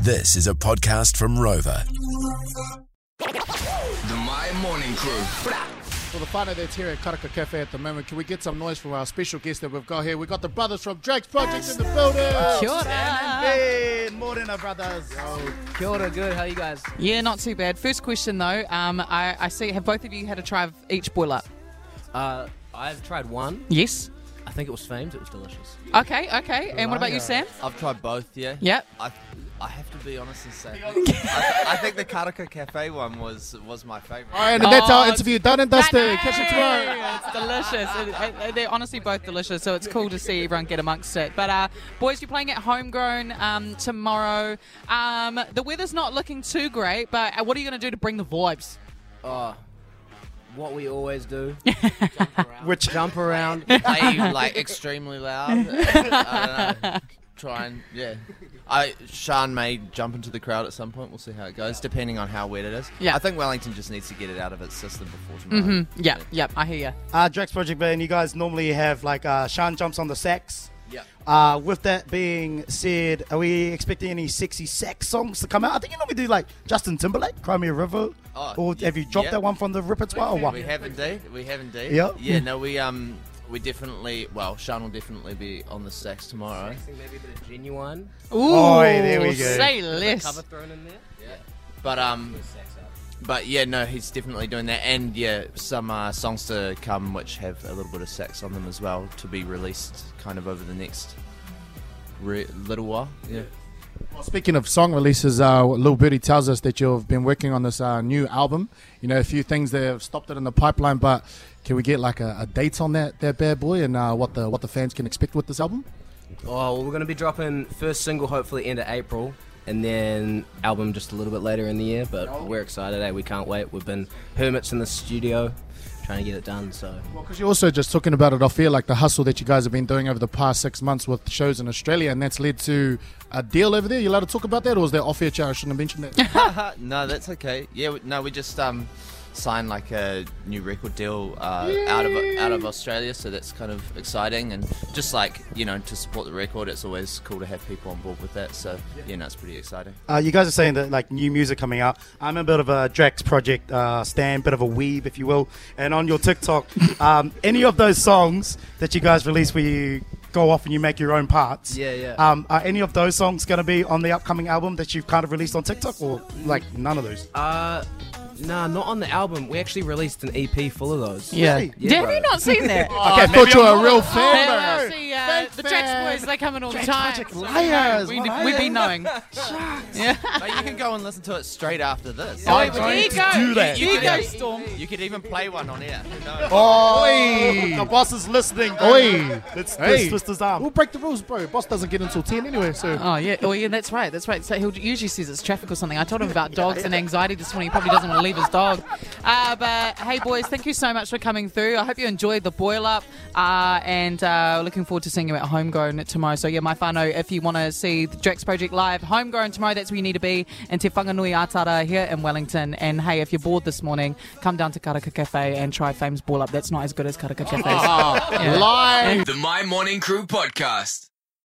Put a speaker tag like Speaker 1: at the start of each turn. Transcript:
Speaker 1: This is a podcast from Rover.
Speaker 2: The My Morning Crew.
Speaker 3: For the whānau that's here at Karaka Cafe at the moment, can we get some noise from our special guest that we've got here? We've got the brothers from Drake's Project in the building.
Speaker 4: Kia ora.
Speaker 5: Hey, morena brothers.
Speaker 4: Kia ora, good. How you guys? Yeah, not too bad. First question though, um, I, I see. Have both of you had a try of each boil up?
Speaker 6: Uh, I've tried one.
Speaker 4: Yes.
Speaker 6: I think it was famed. It was delicious.
Speaker 4: Okay, okay. And what about you, Sam?
Speaker 7: I've tried both, yeah.
Speaker 4: Yep.
Speaker 7: I, I have to be honest and say, I, th- I think the Karaka Cafe one was was my favourite.
Speaker 3: All right, and that's our
Speaker 4: Oh,
Speaker 3: interview done and dusted.
Speaker 4: Hey,
Speaker 3: Catch you tomorrow.
Speaker 4: It's delicious. It- it- they're honestly both delicious, so it's cool to see everyone get amongst it. But uh, boys, you're playing at Homegrown um, tomorrow. Um, the weather's not looking too great, but uh, what are you going to do to bring the vibes?
Speaker 6: What we always do.
Speaker 5: Which
Speaker 6: jump around.
Speaker 7: Play like extremely loud. I don't know. Try and yeah. I Sean may jump into the crowd at some point. We'll see how it goes, depending on how wet it is.
Speaker 4: Yeah. Mm-hmm.
Speaker 7: I think Wellington just needs to get it out of its system before tomorrow.
Speaker 4: Yeah, yep, I hear you.
Speaker 5: uh, Drax Project Band, you guys normally have like uh, Sean jumps on the sax.
Speaker 7: Yeah.
Speaker 5: Uh, with that being said, are we expecting any sexy sax songs to come out? I think you normally do like Justin Timberlake, Crimea River.
Speaker 7: Oh,
Speaker 5: or have you dropped
Speaker 7: yeah.
Speaker 5: that one from the repertoire or what?
Speaker 7: We have indeed. We have indeed.
Speaker 5: Yeah.
Speaker 7: Yeah. No, we um we definitely well Sean will definitely be on the sax tomorrow.
Speaker 6: Maybe a bit of genuine.
Speaker 4: Ooh,
Speaker 5: Oi, there we go.
Speaker 4: say less.
Speaker 6: Cover thrown in there.
Speaker 7: But um But yeah, no, he's definitely doing that, and yeah, some uh, songs to come which have a little bit of sax on them as well to be released kind of over the next re- little while. Yeah,
Speaker 3: Well, Speaking of song releases, uh, Lil Birdie tells us that you've been working on this uh, new album. You know, a few things that have stopped it in the pipeline, but can we get like a, a date on that that bad boy and uh, what the what the fans can expect with this album?
Speaker 6: Oh, well, we're gonna be dropping first single hopefully end of April, and then album just a little bit later in the year. But we're excited. Eh? We can't wait. We've been hermits in the studio, trying to get it done. So
Speaker 3: Because you're also just talking about it off here, like the hustle that you guys have been doing over the past six months with shows in Australia, and that's led to a deal over there. You allowed to talk about that, or was that off air? Chad? I shouldn't have mentioned that.
Speaker 7: Uh, no, that's okay. Yeah, we- no, we just um signed like a new record deal uh, out of out of Australia, so that's kind of exciting, and just like you know to support the record, it's always cool to have people on board with that. So yeah, no, it's pretty exciting.
Speaker 5: Uh, you guys are saying that like new music coming out. I'm a bit of a Drax project uh, stand, bit of a weeb, if you will. And on your TikTok, um, any of those songs that you guys release where you go off and you make your own parts.
Speaker 6: Yeah, yeah.
Speaker 5: Um, are any of those songs going to be on the upcoming album that you've kind of released on TikTok, or like none of those?
Speaker 6: uh, nah, not on the album. We actually released an EP full of those.
Speaker 4: Yeah.
Speaker 6: Yeah,
Speaker 4: Have
Speaker 6: bro.
Speaker 4: you not seen that?
Speaker 3: I thought you were a real
Speaker 4: Yeah,
Speaker 3: fan.
Speaker 4: well, see, uh, the Jax boys, they come in all the time.
Speaker 5: Project
Speaker 4: so we
Speaker 5: liars,
Speaker 4: know,
Speaker 5: liars.
Speaker 4: We, we be knowing.
Speaker 7: but you can go and listen to it straight after this.
Speaker 4: Oh, there you go.
Speaker 5: do that.
Speaker 4: There you go,
Speaker 7: Yeah.
Speaker 4: Storm.
Speaker 7: You could even play one on air. Who knows?
Speaker 3: Oi.
Speaker 5: The boss is listening.
Speaker 3: Oh. Oi.
Speaker 5: Let's twist,
Speaker 3: Hey.
Speaker 5: twist his
Speaker 3: We'll
Speaker 5: arm.
Speaker 3: break the rules, bro. Boss doesn't get until 10 anyway, so.
Speaker 4: Oh yeah, oh yeah, that's right, that's right. So he usually says it's traffic or something. I told him about dogs and anxiety this morning. He probably doesn't want to leave his dog. Uh, but hey, boys, thank you so much for coming through. I hope you enjoyed the boil up, uh, and uh, looking forward to seeing you at Homegrown tomorrow. So yeah, my whānau, if you want to see the Drex Project live, Homegrown tomorrow, that's where you need to be. And Te Whanganui Atara here in Wellington. And hey, if you're bored this morning, come down to Karaka Cafe and try Fame's boil up. That's not as good as Karaka Cafe's.
Speaker 3: Live.
Speaker 2: The My Morning Crew podcast.